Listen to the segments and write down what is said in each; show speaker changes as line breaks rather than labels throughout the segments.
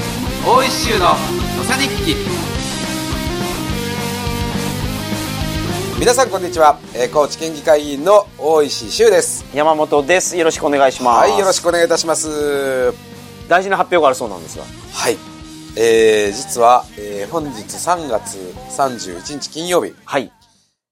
一周の土佐日記
皆さんこんにちは、えー、高知県議会議員の大石修です
山本ですよろしくお願いします
はいよろしくお願いいたします
大事な発表があるそうなんですが
はい、えー、実は、えー、本日3月31日金曜日、
はい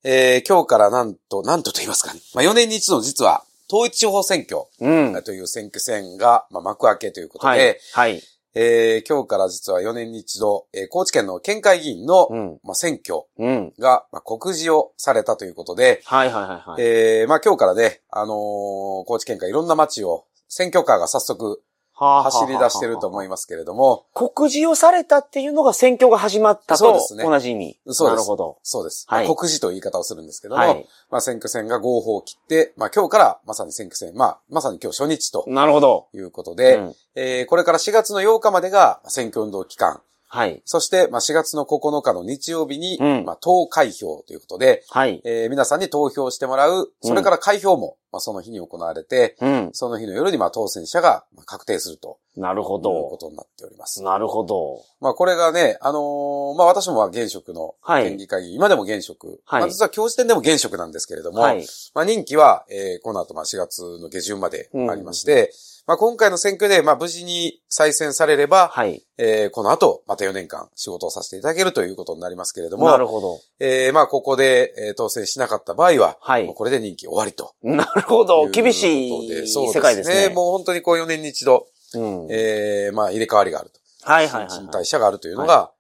えー、今日からなんとなんとと言いますかね、まあ、4年に一度の実は統一地方選挙
うん
という選挙戦が、まあ、幕開けということで、
はいはい
えー、今日から実は4年に一度、えー、高知県の県会議員の、
うん
まあ、選挙
うん
が、まあ、告示をされたということで、
はいはいはいはい
えー、まあ今日からね、あのー高知県下いろんな町を選挙カーが早速
はあはあはあはあ
走り出してると思いますけれども、
告示をされたっていうのが選挙が始まった
そうで
と
すね
同じ意味
そうです
なるほど
そうです。
はい
まあ告示という言い方をするんですけども、
はい
まあ選挙戦が合法を切って、まあ今日からまさに選挙戦、まあまさに今日初日と
なるほど
いうことで、
うん
えーこれから4月の8日までが選挙運動期間、
はい
そしてまあ4月の9日の日曜日に、
うん
まあ党開票ということで、
はい
えー皆さんに投票してもらう、それから開票も、まあその日に行われて、
うん
その日の夜にまあ当選者がまあ確定すると。
なるほ
というこ
ど
とになっております。
なるほど
まあこれがね、あのーまあ私もは現職の
はい
県議会議員、今でも現職。
はい
まあ実は今日時点でも現職なんですけれども、
はい
まあ任期は、えー、この後まあ4月の下旬まで
うん
ありまして、まあ今回の選挙で、まあ無事に再選されれば、
はい
えーこの後また4年間仕事をさせていただけるということになりますけれど
なる
も、
ほど
えー、まあここで、えー当選しなかった場合は、
はい
もうこれで任期終わりと
な
い
るほ
う
ど
ことで。
厳しい
そう
世界ですね
もう本当にこう4年に一度、
うん
えー、まあ入れ替わりがあると。
はいはいはい
新
はい
陳代謝があるというのが、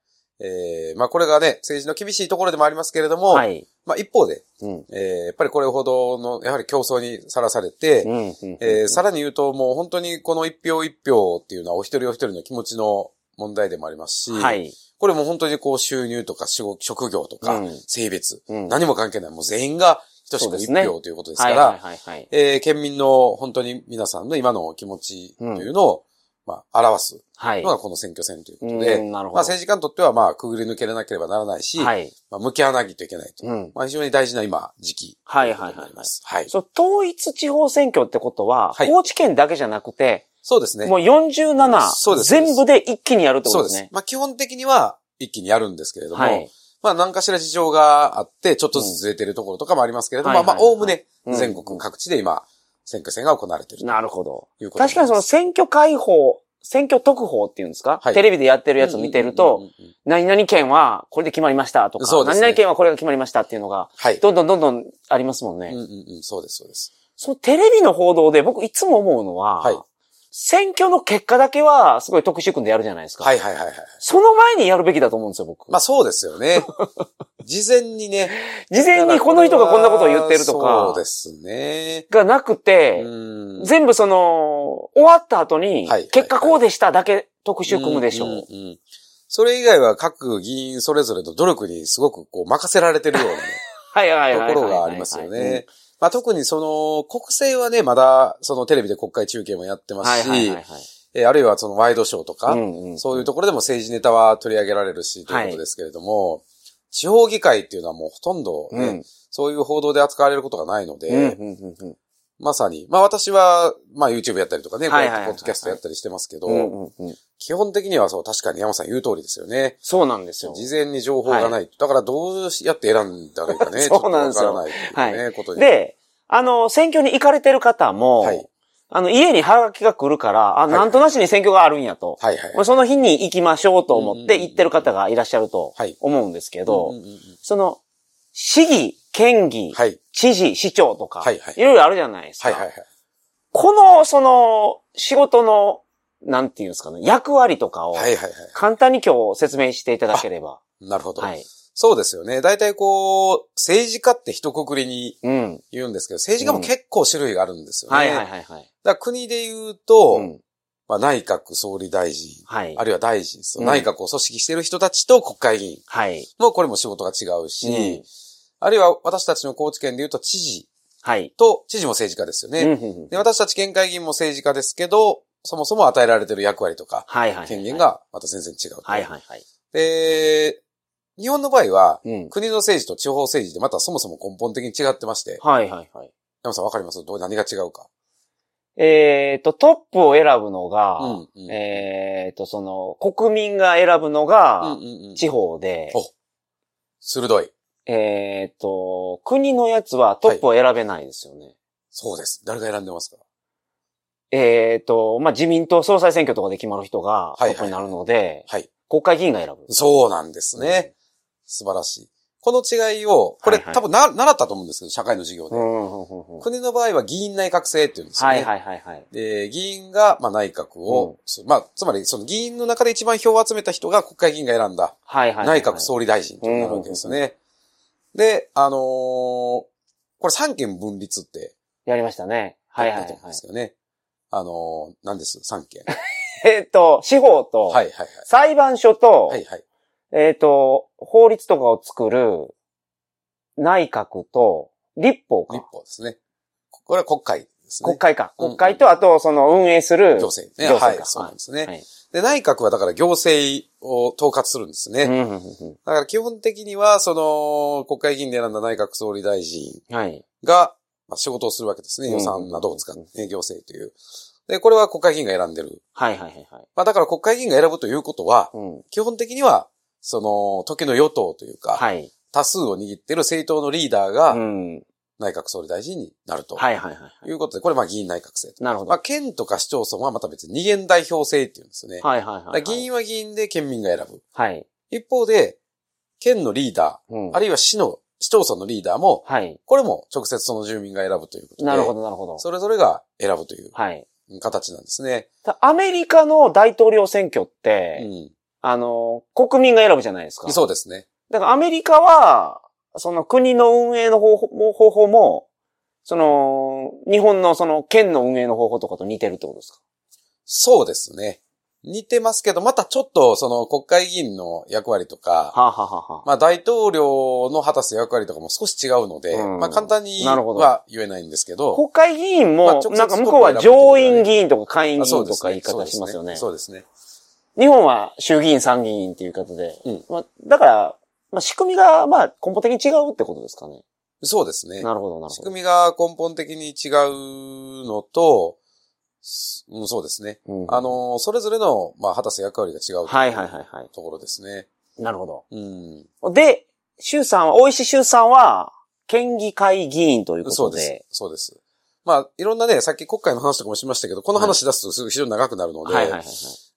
えーまあこれがね、政治の厳しいところでもありますけれども、
はい
まあ一方で、
うん
えーやっぱりこれほどの、やはり競争にさらされて、
うんうん
えーさらに言うともう本当にこの一票一票っていうのはお一人お一人の気持ちの問題でもありますし、
はい
これも本当にこう収入とか仕事職業とか
うん
性別、
うん
何も関係ない、もう全員が等し
そ
く
うです
一
ね
票ということですか
はい
ら
は、いはいはい
えー県民の本当に皆さんの今のお気持ちというのを、まあ表す
はい
のがこの選挙戦ということで、
うんなるほど
まあ政治家にとってはまあくぐり抜けれなければならないし、
はい
まあ向き合わなきゃいけないと。
うん
まあ非常に大事な今、時期
はいはい
に
は
ないります。はい。
そう、統一地方選挙ってことは、
はい
高知県だけじゃなくて、
そうですね。
もう47
そうです
全部で一気にやるってこ
そうで
とです
す
ね。
まあ基本的には一気にやるんですけれども、
はい。
まあ何かしら事情があって、ちょっとずつずれてるところとかもありますけれども、
はいはい
まあ
はい
おおむね
うん
全国各地で今、選挙戦が行われていると
なるほど。
いうこと
確かにその選挙解放、選挙特報っていうんですか、
はい
テレビでやってるやつを見てると、
うんうんうんうん
何々県はこれで決まりましたとか、
そうですね
何々県はこれが決まりましたっていうのが、
はい。
どんどんどんどんありますもんね。
うんうんうん、そうです、そうです。
そのテレビの報道で僕いつも思うのは、
はい
選挙の結果だけはすごい特集組んでやるじゃないですか。
はいはいはいはい。
その前にやるべきだと思うんですよ、僕。
まあそうですよ ね。事前にね、
事前にこの人がこんなことを言ってると
そ
か
う、ですね。
がなくて、
うん
全部その、終わった後に
はい、
結果こうでしただけ特集組むでしょ
うんう。
うん
うんそれ以外は各議員それぞれの努力にすごくこう任せられてるようなね、
はいはいはいはい。
ところがありますよね。。まあ特にその国政はね、まだそのテレビで国会中継もやってま
はい
す
はい
し
はい、はい。
えーあるいはそのワイドショーとか、
うんうん
そういうところでも政治ネタは取り上げられるし、ということですけれども、地方議会っていうのはもうほとんどね、
うん
そういう報道で扱われることがないので、
うんうんうん
まさに。まあ私は、まあ YouTube やったりとかね、こう
はい
や
はい
って
はいはい
ポッドキャストやったりしてますけど、
うんうんうん
基本的にはそう、確かに山本さん言う通りですよね。
そうなんですよ。
事前に情報がない。
は
だからどうやって選んだらいいかね、ちょっ
そ
と
うな
わ
んで
か
すよ
らないっていうね、
は
ことに。
で、あの、選挙に行かれてる
は
方
い
も、あの、家にハガキが来るから、あ、
い
なんとなしに選挙があるんやと。
はいはい。
もうその日に行きましょうと思っ
うんうんうん
て行ってる方がいらっしゃると
はい
思うんですけど
うん、うんうん
その、市議、県議、
はい。
知事、市長とか、
はい
い
はい
ろいろあるじゃないですか。
はいはいはい。
この、その、仕事の、なんていうんですかね、役割とかを、
はいはいはい。
簡単に今日説明していただければ。
なるほど。
はい。
そうですよね。大体こう、政治家って一括りに
うん。
言うんですけど、政治家も結構種類があるんですよね。
はいはい
だか
はいはい。
ら国で言うと、
うん
まあ内閣総理大臣、
はい
あ。るいは大臣ですよ、
うん
内閣を組織している人たちと国会議員。
はい。
もうこれも仕事が違うし、
うん
あるいは私たちの高知県で言うと知事
はい。
と、知事も政治家ですよね。
うんうんうん
で私たち県会議員も政治家ですけど、そもそも与えられてる役割とか、
はいはい。
権限。がまた全然違うと。
はいはいはい。
で、日本の場合は、
うん。
国の政治と地方政治でまたそもそも根本的に違ってまして、
はいはいはい。
山さんわかりますどう何が違うか。
えっ、と、トップを選ぶのが、
うんうん
えっ、と、その、国民が選ぶのが、
うん
地方で、
お鋭い。
えっ、と、国のやつはトップを選べないですよね。
そうです。誰が選んでますか
えっ、と、まあ、自民党総裁選挙とかで決まる人
は、
が
い
ト
はい
ップになるので、
はい。
国会議員が選ぶ。
そうなんですね。素晴らしい。この違いを、これ、
はいはい
多分な、習ったと思うんですけど、社会の授業で。
うんうんうんうん
国の場合は議員内閣制っていうんですよ
は
ね。
いはいはいはい。
で、議員が、まあ、内閣
うん
を、そうまあ、つまり、その議員の中で一番票を集めた人が国会議員が選んだ
はいはいはいはい。
内閣総理大臣となるわけですよね。で、あのーこれ三権分立って、
やりましたね。はいはいはい
と思うんです。よね。あのー、何です三権。は
えっと、司法と、
いはいはい。
裁判所と、
はいはい。
えっ、と、法律とかを作る内閣と立法
立
か。
法ですね。これは国会ですね。
国会か。
うん
国会と、あと、その運営する。
行政ね。
行政か
はい、そうなんですね、
はい
で、内閣はだから行政を統括するんですね。
うんうんうん
だから基本的には、その、国会議員で選んだ内閣総理大臣
うんはい。
が、まあ、仕事をするわけですね。
うん
予算などを使って、ね、行政という。で、これは国会議員が選んでる。
はいはいはいはい。
まあだから国会議員が選ぶということは、
うん。
基本的には、その、時の与党というか、
はい。
多数を握っている政党のリーダーが
うん。
内閣総理大臣になると。。
はいはいはいはい
うことで、これまあ議員内閣制と。
い。なるほど。
まあ
は
県とか市町村はまた別に二元代表制っていうんですね。
いはいはいは
だから
い。
議員は議員で県民が選ぶ。
はい。
一方で、県のリーダ
う
ー、
ん。
あるいは市の、市町村のリーダーも、
はい。
これも直接その住民が選ぶということで、
なるほどなるほど。
それぞれが選ぶという
はい。
形なんですね。
たアメリカの大統領選挙って、
う
あの、国民が選ぶじゃないですか。
ん。そうですね。
だからアメリカは、その国の運営の方法方法も、その、日本のその県の運営の方法とかと似てるってことですか
そうですね。似てますけど、またちょっとその国会議員の役割とか、
はあ、はあはあはあ
まあ大統領の果たす役割とかも少し違うので、
うん
まあ簡単に
なるほど
は言えないんですけど、
国会議員
まあ
も
直、接
なんか向こうは上院議員とか下院
あ
議員
そうで
と
す
か
ね
言い方しますよね。
そうですね。
日本は衆議院参議院っていう言い方で。
うん
まあ、だから、まあ、仕組みが、まあ、根本的に違うってことですかね。
そうですね。
なるほど、なる
仕
ほど。
組みが根本的に違うのと、すうん、そうですね。
うん
あ、の、それぞれの、まあ、果たす役割が違うと
はいはいはいは
ところですね。
い。なるほ
うん。
ど。で、衆さんは、大石衆さんは、県議会議員というこ
そ
と
う
で。
です。そうです。まあ、いろんなね、さっき国会の話とかもしましたけど、この話出すとすぐ非常に長くなるので、
はいはいはいはい。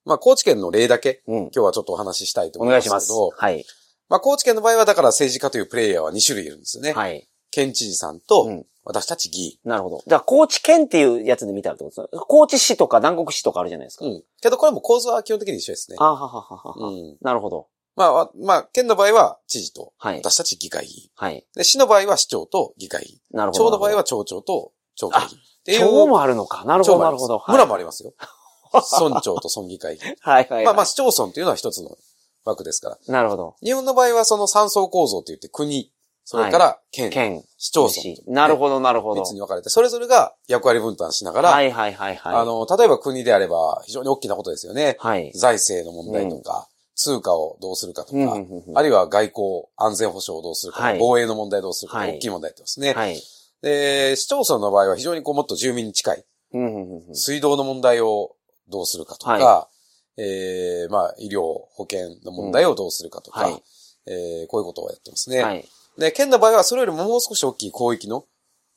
まあ、高知県の例だけ、
うん。
今日はちょっとお話ししたいと
お
思い
願
ま
い
す
し
けど、
ます。はい。
まあ、高知県の場合は、だから政治家というプレイヤーは2種類いるんですよね。
はい。
県知事さんと、
うん
私たち議
なるほど。じゃあ、高知県っていうやつで見たらってことですね。高知市とか南国市とかあるじゃないですか。
員。うん。けど、これも構図は基本的に一緒ですね。
あははははは、
うん。
なるほど。
まあ、わまあ、県の場合は知事と、
はい。
私たち議会議員。
はい。
で、市の場合は市長と議会議員。
なるほど。
町の場合
は、
は町長と町会議員。っていう
町もあるのか。なるほ
町
ど、
もあり
なる
ま
ほ
す
ど。
村もあ
る。
りますよ。 村長と村議会議員。
はいはい。
まあまあ
あ、
市町村というのは一つの枠ですから。
なるほど。
日本の場合はその三層構造といって国、それから県、
県、
市町村
市。なる
ど。
ほど、なるほど。
別に分かれて、それぞれが役割分担しながら、
はいはいはいはい。
あ、の、例えば国であれば非常に大きなことですよね。
はい。
財政の問題とか、通貨をどうするかとか、
うんうんうんうん
あるいは外交、安全保障をどうするか、
はい
防衛の問題をどうするか、
はい
大きい問題ってですね、
はい。
で、市町村の場合は非常にこうもっと住民に近い、
うんうんうんうん
水道の問題をどうするかとか、
は
えーまあ、医療、保険の問題をどうするかとか、
うんはい
えーこういうことをやってますね、
はい。
で、県の場合はそれよりももう少し大きい広域の、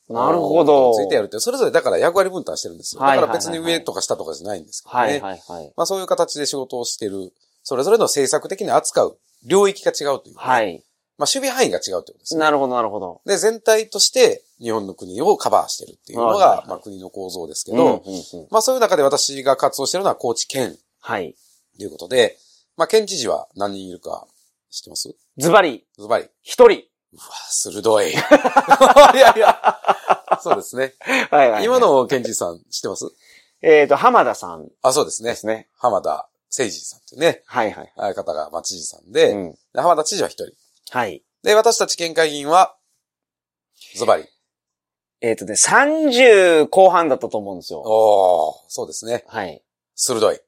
なるほど。
についてやるって、それぞれだから役割分担してるんですよ。
はい
だ
はい
か
はい
ら別に上とか下とかじゃないんですけどね。
はいはいはい。
まあ、そういう形で仕事をしてる、それぞれの政策的に扱う領域が違うというか、
はい。
まあ、守備範囲が違うということですね。
なるほど、なるほど。
で、全体として日本の国をカバーしてるっていうの
はいはいは
が
い、
まあ国の構造ですけど、
うんうんうん
まあそういう中で私が活動してるのは高知県
はい。
ということで、まあ県知事は何人いるか知ってます
ズバリ、
ズバリ。
一人。
うわ、 鋭い。いやいや。そうですね。
はいはい。
今、の県知事さん知ってます
えっと、浜田さん
あ、そうです
で
ね。
すね。
浜田誠二さんというね、
はいはい。
あ方が、まあ知事さんで、
うん
で浜田知事は一人。
はい。
で、私たち県会議員は、ズバリ。
えっ、とね、30後半だったと思うんですよ。
おー、そうですね。
はい。
鋭い。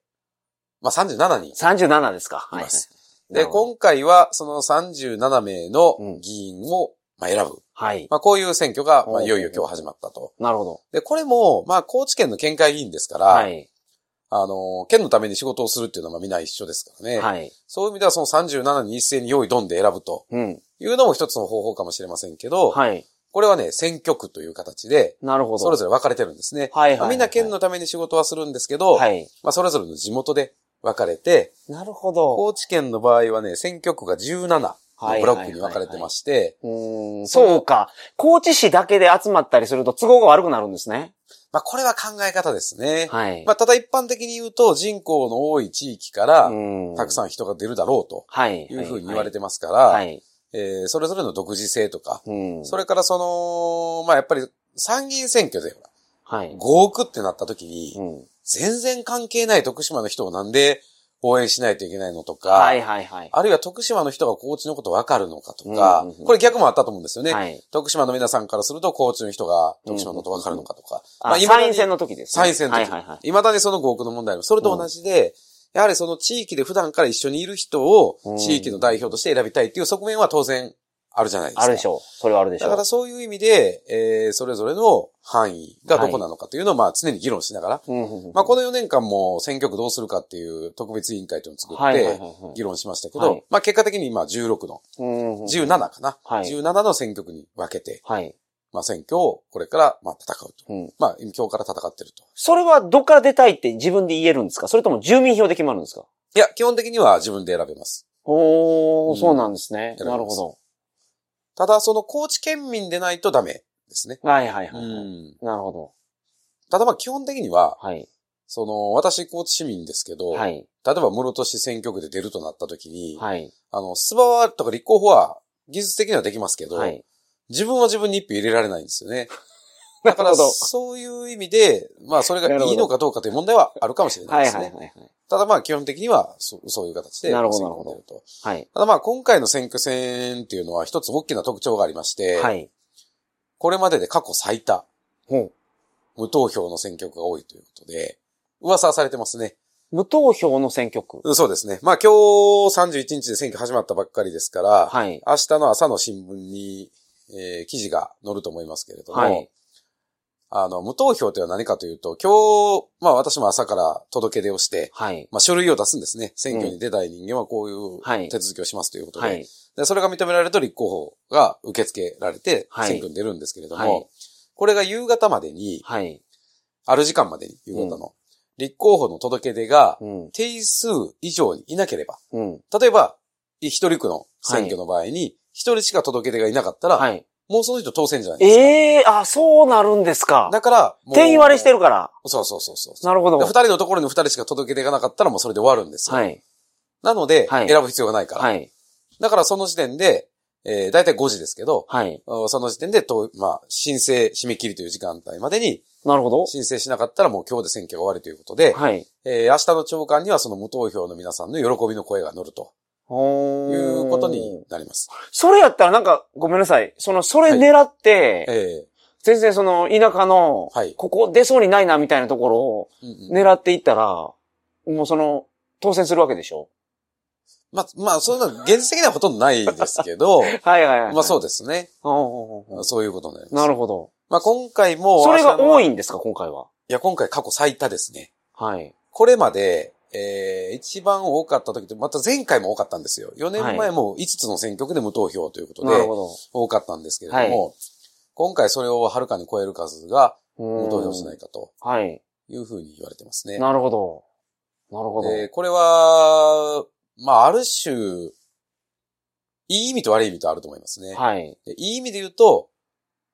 まあ37人。
37ですか。はいい
ま。す
な
で、
るほど
今回はその37名の議員をまあ、選ぶ。
はい。
まあ、こういう選挙が、ま
お
あ、
う
いよいよ今日始まったと。
なるほど。
で、これも、まあ、高知県の県会議員ですから、
はい。
あの、県のために仕事をするっていうのはまあ皆一緒ですからね。
はい。
そういう意味ではその37人一斉に用意どんで選ぶと
うん。
いうのも一つの方法かもしれませんけど、
はい。
これはね、選挙区という形で、
なるほど。
それぞれ分かれてるんですね。
はいはいはい
みんな県のために仕事はするんですけど、
はい。
まあそれぞれの地元で分かれて、
なるほど。
高知県の場合はね、選挙区が17のブロックに分かれてまして、
うーん、そうか。高知市だけで集まったりすると都合が悪くなるんですね。
まあこれは考え方ですね。
はい。
まあただ一般的に言うと人口の多い地域から、たく
ん。
さん人が出るだろうと
はい。
いうふうに言われ
て
てますから、
はい。
えーそれぞれの独自性とか、
うん。
それからその、まあ、やっぱり参議院選挙でほら
はい
5。億ってなった時に
う、ん
全然関係ない徳島の人をなんで応援しないといけないのとか、
はいはいはい。
あるいは徳島の人が高知のことわかるのかとか、
うんうんうん
これ逆もあったと思うんですよね。
はい。
徳島の皆さんからすると高知の人が徳島のことわかるのかとか、
あ、
まあ未だに
参院選の時です、
参院選の時
はいはいはい。
未だにその5億の問題も、それと同じで、やはりその地域で普段から一緒にいる人を
うん
地域の代表として選びたいっていう側面は当然あるじゃないですか。
あるでしょう。それはあるでしょ
だ
う。
からそういう意味で、えーそれぞれの範囲がどこなのかというのを、まあ常に議論しながら、
うんうんうん
まあこの4年間も選挙区どうするかっていう特別委員会というのを作
は
っ
いはいはい
て
はい
議論しましたけど、
はい
まあ結果的に今16の、
うんうんうん
17かな、
はい
17の選挙区に分けて、
はい。
まあ選挙をこれからまあ戦うと。
うん
まあ今日から戦ってると。
それはどっから出たいって自分で言えるんですかそれとも住民票で決まるんですか
いや、基本的には自分で選べます。う
おー、
ん
そうなんですね。
選べます
なるほど。
ただその高知県民でないとダメですね。
はいはいは
う
いはい。
ん。
なるほど。
ただまあ基本的には、
はい。
その私高知市民ですけど、
はい。
例えば室戸市選挙区で出るとなった時に、
はい。
あの、スバワとか立候補は技術的にはできますけど、
はい。
自分は自分に一票入れられないんですよね。
だ
だから、そういう意味で、まあ、それが
なるほど
いいのかどうかという問題はあるかもしれない
は
で
い
すね。
はいはいはい。
ただまあ、基本的にはそ、そういう形で
な
選
る
挙
ほど
を出ると。
はい。
ただまあ、今回の選挙戦っていうのは一つ大きな特徴がありまして、
はい。
これまでで過去最多、
ほう
無投票の選挙区が多いということで、噂はされてますね。
無投票の選挙区。
うんそうですね。まあ、今日31日で選挙始まったばっかりですから、
はい。
明日の朝の新聞に、えー記事が載ると思いますけれども、
はい。
あの、無投票というのは何かというと、今日、まあ私も朝から届け出をして、
はい。
まあ書類を出すんですね。選挙に出たい人間はこう
はい
いう手続きをしますということで。
はい。
でそれが認められると立候補が受け付けられて、
はい
選挙に出るんですけれども、
はい
これが夕方までに、
はい。
ある時間までに、夕方の、立候補の届け出が
うん。
定数以上にいなければ、
うん。
例えば、一人区の選挙の場合に、一人しか届け出がいなかったら、
はい。
もうその人当選じゃないですか。
ええあ、そうなるんですか。
だから、もう
定員割れしてるから。
そうそうそうそう。
なるほど
で二。人のところに二人しか届けていかなかったらもうそれで終わるんですよ。
はい。
なので、
はい
選ぶ必要がないから。
はい。
だからその時点で、えー、だいたい5時ですけど、
はい。
おその時点でと、まあ、申請締め切りという時間帯までに、
なるほど。
申請しなかったらもう今日で選挙が終わりということで、
はい。
えー明日の朝刊にはその無投票の皆さんの喜びの声が乗るとい
ほー
うことに。なります。
それやったらなんか、ごめんなさい。その、それ狙って、
え
全然その、田舎の、
はい
ここ出そうにないな、みたいなところを
ーうんうん
狙っていったら、もうその、当選するわけでしょ
まあ、まあ、そういうのは現実的にはほとんどないですけど、
はいはいはい。
まあそう
う。
ですね。
ほうほうほう
そういうことになります。
なるほど。
まあ今回も、
それが多
い
いんですか、今回は。
や、今回過去最多ですね。
はい。
これまで、えー、一番多かった時って、また前回も多かったんですよ。4
はい
年前も5つの選挙区で無投票ということ
なる
で、
ほど。
多かったんですけれども、今回それをはるかに超える数が無
無
投票しないかと
はい。
いうふうに言われてますね。
なるほど。なるほど。
えーこれは、まあ、ある種、いい意味と悪い意味とあると思いますね。
はい。
でいい意味で言うと、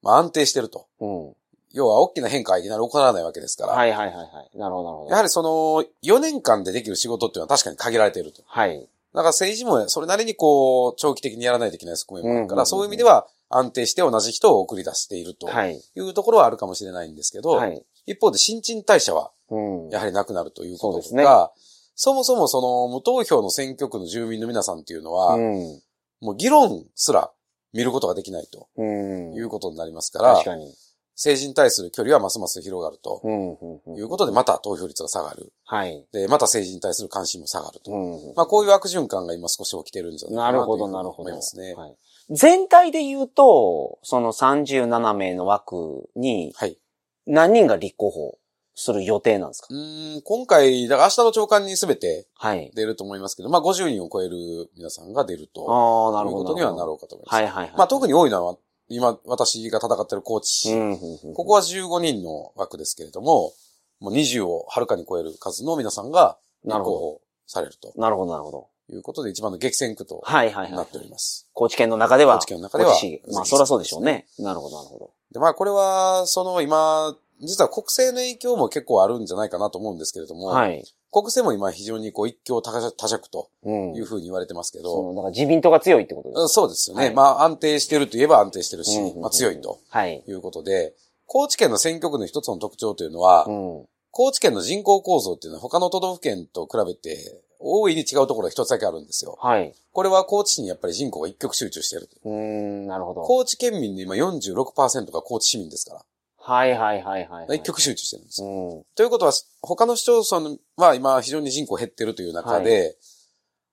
まあ、安定してると。
うん。
要は大きな変化はいきなり起こらないわけですから、
はいはいはいはい。な
や
るほど、なるほど。
はりその4年間でできる仕事っていうのは確かに限られていると。
は
だ
い。
から政治もそれなりにこう、長期的にやらないといけない側面もある
うんう
か
んうんうん
ら、そういう意味では安定して同じ人を送り出していると
はい。
いうところはあるかもしれないんですけど、
はい。
一方で新陳代謝は
うん。
やはりなくなるということ
そうです
と
ね
か、そもそもその無投票の選挙区の住民の皆さんっていうのは、
うん。
もう議論すら見ることができないと
うん。
いうことになりますから、
確かに。
政治に対する距離はますます広がると
うん。うんうん
いうことで、また投票率が下がる。
はい。
で、また政治に対する関心も下がると。
うん。
まあこういう悪循環が今少し起きてるんじゃない
な
かな
る
と
ほ
いうふう
ど、
に
なるほど。
思いますね。
はい。全体で言うと、その37名の枠に
はい。
何人が立候補する予定なんですか
うーん、今回、だから明日の朝刊に全て
はい。
出ると思いますけど、まあ50人を超える皆さんが出ると、
ああ、
な
な
る
る
ほ
ほ
ど。
ど。
いうことにはな
る
ろうかと思います。
はいはいはい。
まあ特に多いのは、今、私が戦ってる高知市。
うんうんうん
ここは15人の枠ですけれども、もう20をはるかに超える数の皆さんが
な
立
る
候
ほ
補されると
ど。なるほど、なるほど。
いうことで、一番の激戦区と
はいはいは
ないっ。ております。
高知県の中では。
高知県の中では
高知市まあそりゃそうでしょうね。なるほど、なるほど。
で、まあこれは、その今、実は国政の影響も結構あるんじゃないかなと思うんですけれども、
はい。
国政も今非常にこう一強多弱多弱と
うん
いうふうに言われてますけ
そ
ど、
の、だから自民党が強いってことです
うんそうですよね。
はい
まあ安定してるといえば安定してるし
うんうんう、ん
まあ強いと
はい。
いうことで、高知県の選挙区の一つの特徴というのは、
うん。
高知県の人口構造っていうのは他の都道府県と比べて大いに違うところが一つだけあるんですよ。
はい。
これは高知市にやっぱり人口が一極集中している。
うーん、なるほど。
高知県民の今46%が高知市民ですか
はいはいはいはいは
ら、
い。
一極集中してるんです
う
よ。
ん。
ということは、他の市町村は今非常に人口減ってるという中で、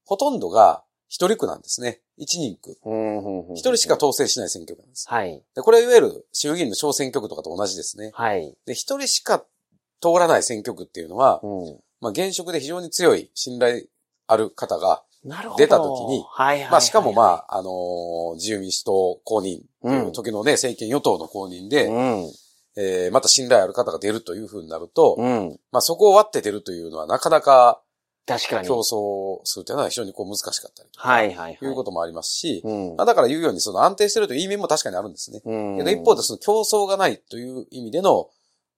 ほとんどが一人区なんですね。一人区。
うんうんうん。
一人しか。当選しない選挙区なんです。
はい。
でこれはいわゆる衆議院の小選挙区とかと同じですね。
はい。
で、一人しか通らない選挙区っていうのは、
うん。
まあ、現職で非常に強い信頼ある方が、
なるほど。
出た時に
はいはいはい。
まあ、しかもまあ、あのー自由民主党公認という時のね、政権与党の公認で、
うん。
えーまた信頼ある方が出るというふうになると、
うん。
まあ、そこを割って出るというのはなかなか
確かに。
競争するというのは非常にこう難しかったり
はいはいはい。
ということもありますし、
うん
まあ、だから言うようにその安定してるといういい面も確かにあるんですね。
うん。
けど一方でその競争がないという意味での、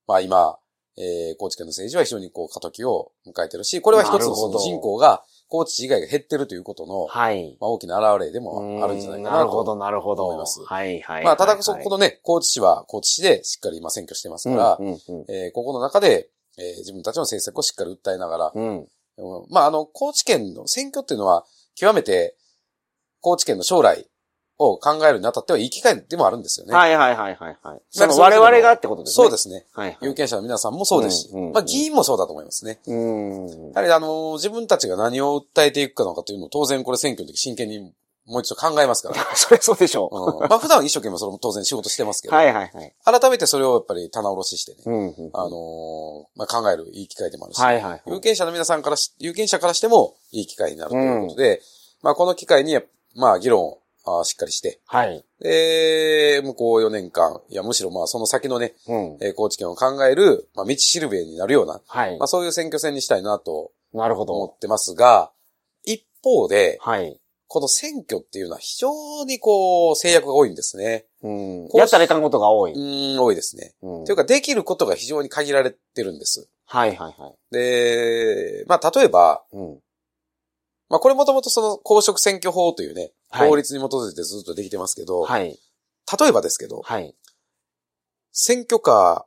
まあ今、えー、高知県の政治は非常にこう過渡期を迎えてるし、これは一つのそ
なるほ
の
ど
人口が高知市以外が減ってるということの、
はい。
まあ大きな現れでもあるんじゃないかな
るほど、
と。
なるほど。
思います
はいはいはい。
まあただそこ
だ
のね、高知市は高知市でしっかり今選挙してますから、
うんうん
えーここの中で、えー自分たちの政策をしっかり訴えながら、
うん。うん
うんまああの、高知県の選挙っていうのは極めて高知県の将来を考えるにあたってはいい機会でもあるんですよね。
はいはいはいはいはい。
な
そ
んか
の
それ
我
ぞれの
々がってことですね。。
そうですすね。
はいはい。
有権者の皆さんもそうですし、
うんうんうん
まあ議員もそうだと思いますね。
うん。
やはりあのー自分たちが何を訴えていくかのかというのを当然これ選挙の時真剣にもう一度考えます から。
そりゃそうでしょう。
うんまあ普段は一生懸命それも当然仕事してますけど、
はいはいはい。
改めてそれをやっぱり棚卸ししてね、
うんうん。
あのーまあ考えるいい機会でもあるし、
はいはい。
有権者の皆さんからし、有権者からしてもいい機会になるということで、まあこの機会にやっ、まあ議論をあーしっかりして、
はい。
で、向こう4年間、いやむしろまあその先のね、
うん。
えー高知県を考える、まあ道しるべになるような、
はい
まあ。そういう選挙戦にしたいなと
なるほ
思
ど。
ってますが、一方で、
はい。
この選挙っていうのは非常にこう制約が多いんですね。
うん
こ。う。
やったらいかんことが多いう
ん、多いですね。
うん
というかできることが非常に限られてるんです。
はいはいはい。
で、まあ例えば、
うん。
まあこれもともとその公職選挙法というね、
はい
法律に基づいてずっとできてますけど、
はい。
例えばですけど、
はい。
選挙カ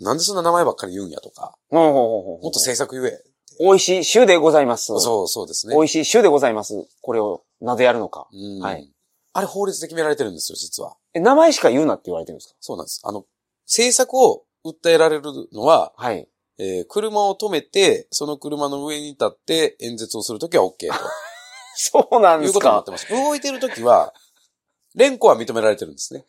ー、なんでそんな名前ばっかり言うんやとか、
ほうほうほうほう
もっと政策言え。
美味しい州でございます。
そうそうですね
美。味しい州でございます。これをなぜやるのか。
うん
はい
あれ法律で決められてるんですよ、実は。
え、名前しか言うなって言われてるんです
そうなんです。あの、政策を訴えられるのは、
かはい。
えー車を止めて、その車の上に立って演説をするときは OK
そうな
と
ん
い
で
う
す
ことになっ
か。
てます。動いてるときは、連呼は認められてるんですね。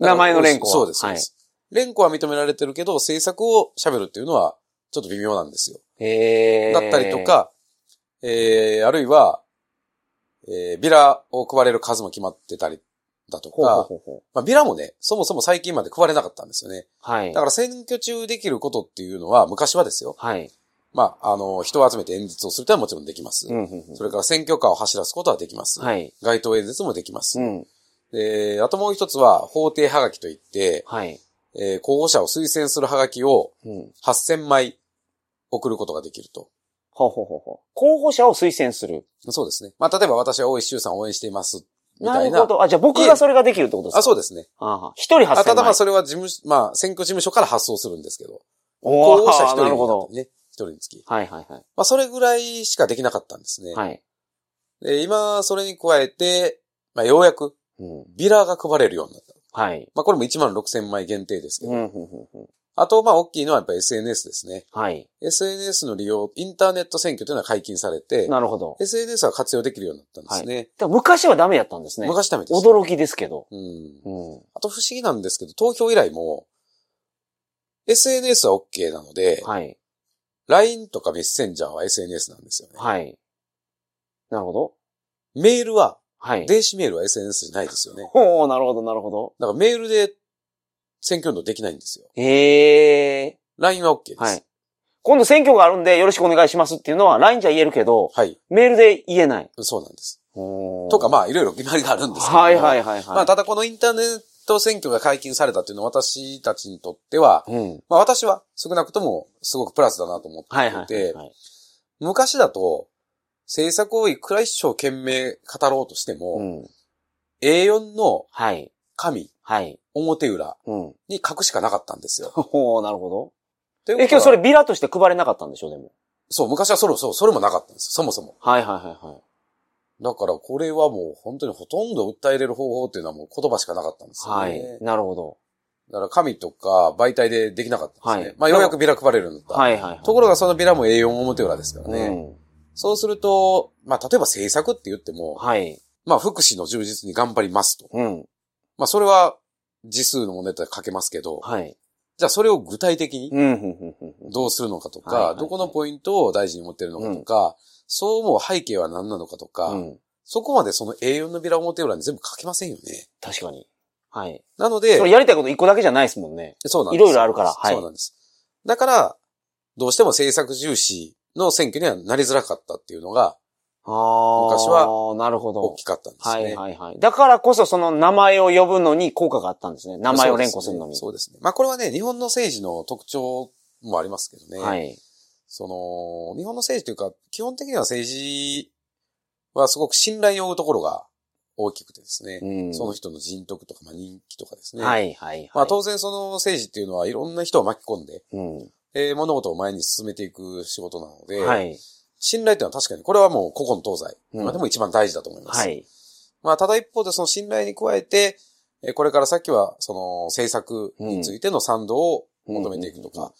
名前の連呼は
そうです、そうです。連呼は認められてるけど、政策を喋るっていうのは、ちょっと微妙なんですよ。
へえ。
だったりと。か、えー、あるいは、えー、ビラを配れる数も決まってたりだとか、
ほうほうほうほ
まあ、ビラもね、そもそも最近まで配れなかったんですよね。
う。はい
だ。から選挙中できることっていうのは、昔はですよ。
はい。
まあ、あの、人を集めて演説をするとはもちろんできます。
うんうんうん
それから選挙カーを走らすことはできます。
はい。
街頭演説もできます。
うん。
で、あともう一つは、法廷はがきといって、
はい。
えー候補者を推薦するはがきを
うん。
8000枚送ることができると。
ほうほうほうほう。候補者を推薦する。
そうですね。まあ、例えば私は大石修さんを応援しています。み
な
たい
る
な。
ほど。あ、じゃあ僕がそれができるってことですか
あ、そう
う。
ですね。
あは一人
あ
発
ただ
生
ま
前
あ、。それは事務所、まあ、選挙事務所から発送するんですけど。
お
候補者一
ーな
人
る
に
ほど。
ね。一人につき。
はいはいはい。
まあ、それぐらいしかできなかったんですね。
はい。
で今、それに加えて、まあ、ようやく、
うん。
ビラが配れるようになった。
はい。
まあ、これも1万6千枚限定ですけど、
うんうんうんうん
あと、まあ、大きいのはやっぱ SNS ですね。
はい。
SNS の利用、インターネット選挙というのは解禁されて、
なるほど。
SNS は活用できるようになったんですね。
でも昔はダメやったんですね。
昔ダメです。
驚きですけど。
うん。
うん。
あと不思議なんですけど、投票以来も、SNS は OK なので、
はい。
LINE とかメッセンジャーは SNS なんですよね。
はい。なるほど。
メールは、
はい。
電子メールは SNS じゃないですよね。
ほう、なるほど、なるほど。
だからメールで選挙運動できないんですよ。
ええ
LINE は OK です。
はい。今度選挙があるんでよろしくお願いしますっていうのは LINE じゃ言えるけど、
はい。
メールで言えない。
そうなんです。と
と
か、
あ、
まあ、いろいろ決まりがあるんですけども。
はいはいはいはい。
まあ、ただこのインターネット選挙が解禁されたっていうのは私たちにとっては、
うん。
まあ私は少なくともすごくプラスだなと思っていて、
はいはいはいはい。
昔だと政策をいくら一生懸命語ろうとしても、
うん。
A4 の
はい。
紙、
はい。
表裏
うん。
に書くしかなかったん ですよ。
ほう、なるほ
ということ
ど。え、
は
今日それビラとして配れなかったんでしょ、でも。
そう、昔はそれも、そう、それもなかったんですよ、そもそも。
はいはいはいはい。
だからこれはもう本当にほとんど訴えれる方法っていうのはもう言葉しかなかったんですよ
は
ね。
い。なるほど。
だから紙とか媒体でできなかったんですね。
はい
まあようやくビラ配れるようになった。
はいはいはい。
ところがそのビラも A4 表裏ですからね。
うん。
そうすると、まあ、例えば政策って言っても、
はい。
まあ、福祉の充実に頑張りますと。
うん。
まあ、それは、字数の問題とは書けますけど、
はい。
じゃあそれを具体的に
うん、ふんふんふんふん。
どうするのかと
はいはい
か、
はい
どこのポイントを大事に持ってるのかとか、そう思う背景は何なのかと
う
か、
ん。
そこまでその A4 のビラ表裏に全部書けませんよね。
確かに。はい。
なので
それ、やりたいこと一個だけじゃないですもんね。
そうなんです。
いろいろあるからはい
そうなんです。だから、どうしても政策重視の選挙にはなりづらかったっていうのが
ああ。
昔は。
なるほ
大
ど
き。かったんですね。
はいはいはい。だからこそその名前を呼ぶのに効果があったんですね。名前を連呼するのに。
そうですね。そうですねまあこれはね、日本の政治の特徴もありますけどね。
はい。
その、日本の政治というか、基本的には政治はすごく信頼に負うところが大きくてですね。
うん
その人の人徳とか、まあ、人気とかですね。
はいはいはい。
まあ当然その政治っていうのはいろんな人を巻き込んで、
うん。
えー物事を前に進めていく仕事なので、
はい。
信頼というのは確かに、これはもう古今東西、
うん
まあでも一番大事だと思います。
はい。
まあ、ただ一方でその信頼に加えて、えーこれから先はその政策についての賛同を求めていくとか、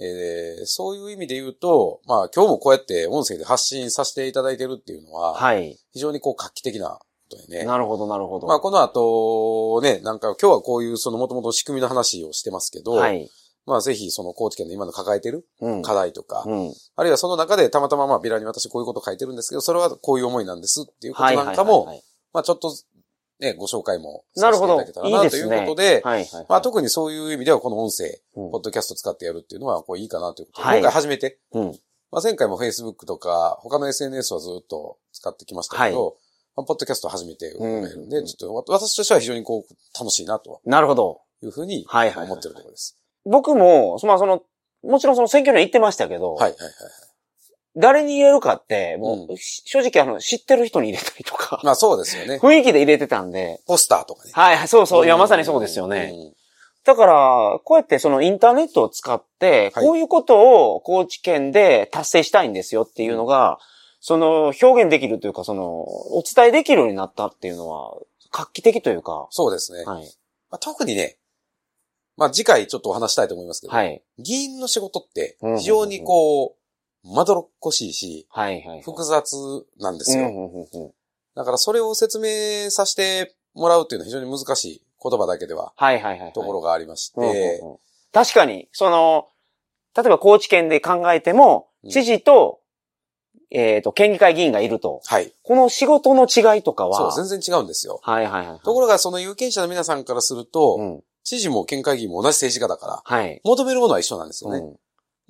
えーそういう意味で言うと、まあ今日もこうやって音声で発信させていただいてるっていうのは、
はい。
非常にこう画期的なことでね。
なるほどなるほど。
まあこの後ね、なんか今日はこういうその元々仕組みの話をしてますけど、
はい。
まあぜひその高知県の今の抱えてる
うん。
課題とか、
うん。
あるいはその中でたまたままあビラに私こういうこと書いてるんですけど、それはこういう思いなんですっていうこと
はい
な
は
ん
い
か
はい
も
は、い。
まあちょっと、ね、ご紹介もさ
なる
せて
ほ
いただ
ど
けた。ら
いい
な
で
とい
す
う
ね。
ことで、
はいはい。
まあ特にそういう意味ではこの音声、
うん
ポッドキャスト使ってやるっていうのはこういいかなということで、
はい
今回初めて、
うん。
まあ前回も Facebook とか他の SNS はずっと使ってきましたけど、まあポッドキャスト初めて伺えるんで、
うん
ちょっと私としては非常にこう楽しいなと
なるほど。
いうふうに
はいはいはい
思ってるところです。
僕も、まあその、もちろんその選挙には行ってましたけど、
はいはいはい。
誰に入れるかって、も
う
う、し正直あの、知ってる人に入れたりとか、
まあそうですよ ね。
雰囲気で入れてたんで、
ポスターとかね。
はいはい、そうそう、いや、まさにそうですよね。
うん。
だから、こうやってそのインターネットを使って、
はい
こういうことを高知県で達成したいんですよっていうのが、その表現できるというか、その、お伝えできるようになったっていうのは、画期的というか、
そうですね。
はい。
まあ、特にね、まあ次回ちょっとお話したいと思いますけど、
はい。
議員の仕事って
うん
非常にこう、まどろっこしいし、
はい、はい。
複雑なんです
う
よ。
んうんうんうん
だからそれを説明させてもらうっていうのは非常に難しい言葉だけでは
はい、はい、はい。
とこ
ろ
ろがありまして、
確かに、その、例えば高知県で考えても
う、ん
知事と、えっと、県議会議員がいると。
はい。
この仕事の違いとか
そ
は、
う、全然違うんですよ。
はい、はい、はい。
ところがその有権者の皆さんからすると、
うん。
知事も県会議員も同じ政治家だから、
はい。
求めるものは一緒なんですよね。
うん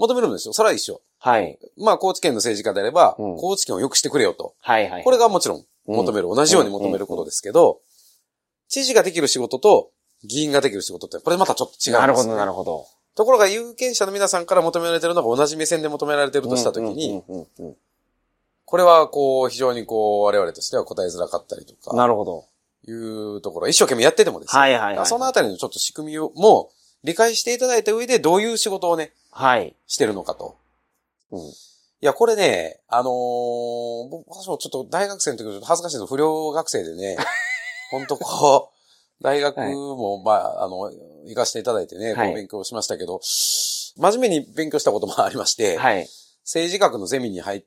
求めるものですよ。それは一緒。
はい。
まあ、高知県の政治家であれば、
うん
高知県を良くしてくれよと。
はいはい。
これがもちろん求
求
める、同じように求めることですけど、知事ができる仕事と議員ができる仕事って、これまたちょっと違うんです、ね。
なるほど、なるほど。
ところが有権者の皆さんから求められてるのが同じ目線で求められてるとしたときに、
うんうんうんうん
これはこう、非常にこう、我々としては答えづらかったりとか、
なるほど。
いうところ、一生懸命やっててもですね。
はいはいはい。
そのあたりのちょっと仕組みをもう理解していただいた上で、どういう仕事をね、
はい。
してるのかと。
うん
いや、これね、あの ー僕私もちょっと大学生の時、ちょっと恥ずかしいの、不良学生でね、ほんとこ大学も、まあ、あの、行かせていただいてね、こ
はいう
勉強しましたけど、真面目に勉強したこともありまして、
はい。
政治学のゼミに入って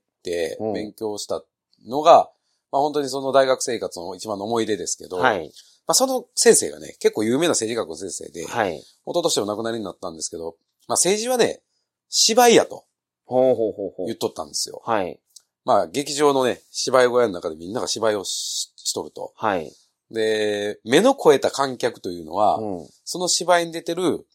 うん
勉強したのが、まあ本当にその大学生活の一番の思い出ですけど、
はい。
まあその先生がね、結構有名な政治学の先生で、
はい。
一昨年お亡くなりになったんですけど、まあ政治はね、芝居やと
ほうほうほうほ
言っ
う。
とったんですよ。
はい。
まあ劇場のね、芝居小屋の中でみんなが芝居をししとると。
はい。
で、目の超えた観客というのは、
うん。
その芝居に出てる、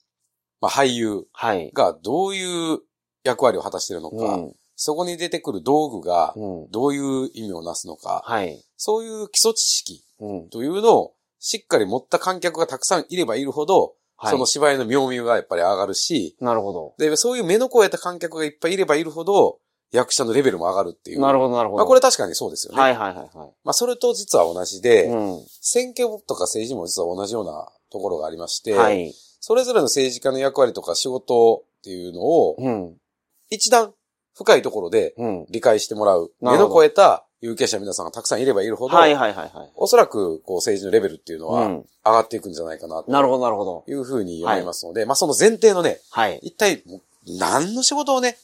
まあ俳優
はい。
がどういう役割を果たしているのか、
うん。
そこに出てくる道具が
うん。
どういう意味をなすのか、
はい。
そういう基礎知識
うん。
というのをしっかり持った観客がたくさんいればいるほど、
はい。
その芝居の妙味がやっぱり上がるし、
なるほど。
で、そういう目の超えた観客がいっぱいいればいるほど、役者のレベルも上がるっていう。
なる
ほ
ほど、なるほど。
まあこれ確かにそうですよね。
はいはいはいは
まあそれと実は同じで、
い。うん。
選挙とか政治も実は同じようなところがありまして、
はい。
それぞれの政治家の役割とか仕事っていうのを、
うん。
一段深いところで
うん。
理解してもらう、
な
目
るほど
の超えた有権者皆さんがたくさんいればいるほど、
はいはいはいはい。
おそらくこう政治のレベルっていうの
う
は上
ん。
がっていくんじゃないかなと
なるほど、なるほど。
いうふうに思いますので、まあその前提のね、
はい。
一体もう何の仕事をね、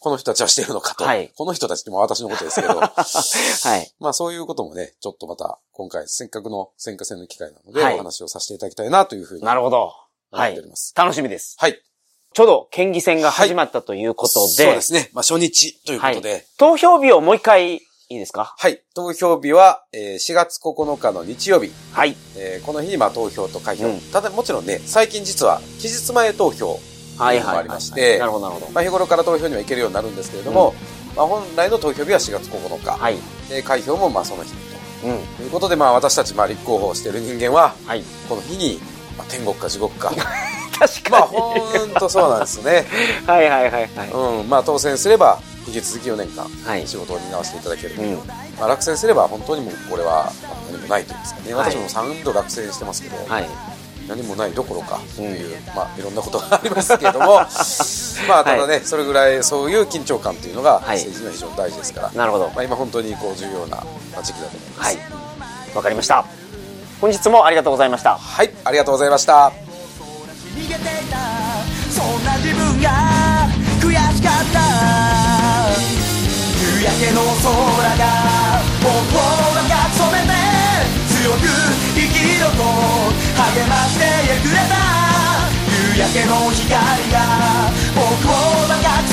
この人たちはしてるのかと。
はい
この人たちってもう私のことですけど、
はい。
まあそういうこともね、ちょっとまた今回せっかくの選挙戦の機会なので
はい
お話をさせていただきたいなというふうに
なるほど。
思
は
ってお
い
り。ます。
楽しみです。
はい。
ちょうど県議選が始まったということで、
そうですね。まあ初日ということで、
投票日をもう一回いいですか
はい。投票日は、えー4月9日の日曜日。
はい。
えーこの日にまあ投票と開票。
うん
ただもちろんね、最近実は期日前投票、
はいはい
も
は
あ
い。
りまして
なるほど、なるほど。
まあ、日頃から投票には行けるようになるんですけれども、まあ、本来の投票日は4月9日、
はい。
で開票もまあその日
うん。
ということで、まあ、私たちまあ立候補している人間は
はい。
この日に、まあ、天国か地獄か
確
まあ
かに。
ほんとそうなんですね、
はいはいはいはい。
うんまあ、当選すれば引き続き4年間
はい。
仕事を担わせていただける、
うん。
まあ、落選すれば本当にもうこれはまあ何もないというんですかね
はい
私も3度落選してますけど、
はい。
何もないどころかという、まあ、いろんなことがありますけれ どもまあただね、それぐらいそういう緊張感というのが
はい
政治には非常に大事ですから、
なるほど。
まあ、今本当にこう重要なまあ時期だと思います。
はい。わかりました。本日もありがとうございました。
はい、ありがとうございました。
逃げていたそんな自分が悔しかった夕焼けの空が僕を赤く染めて強く生きると励ましてくれた夕焼けの光が僕を赤く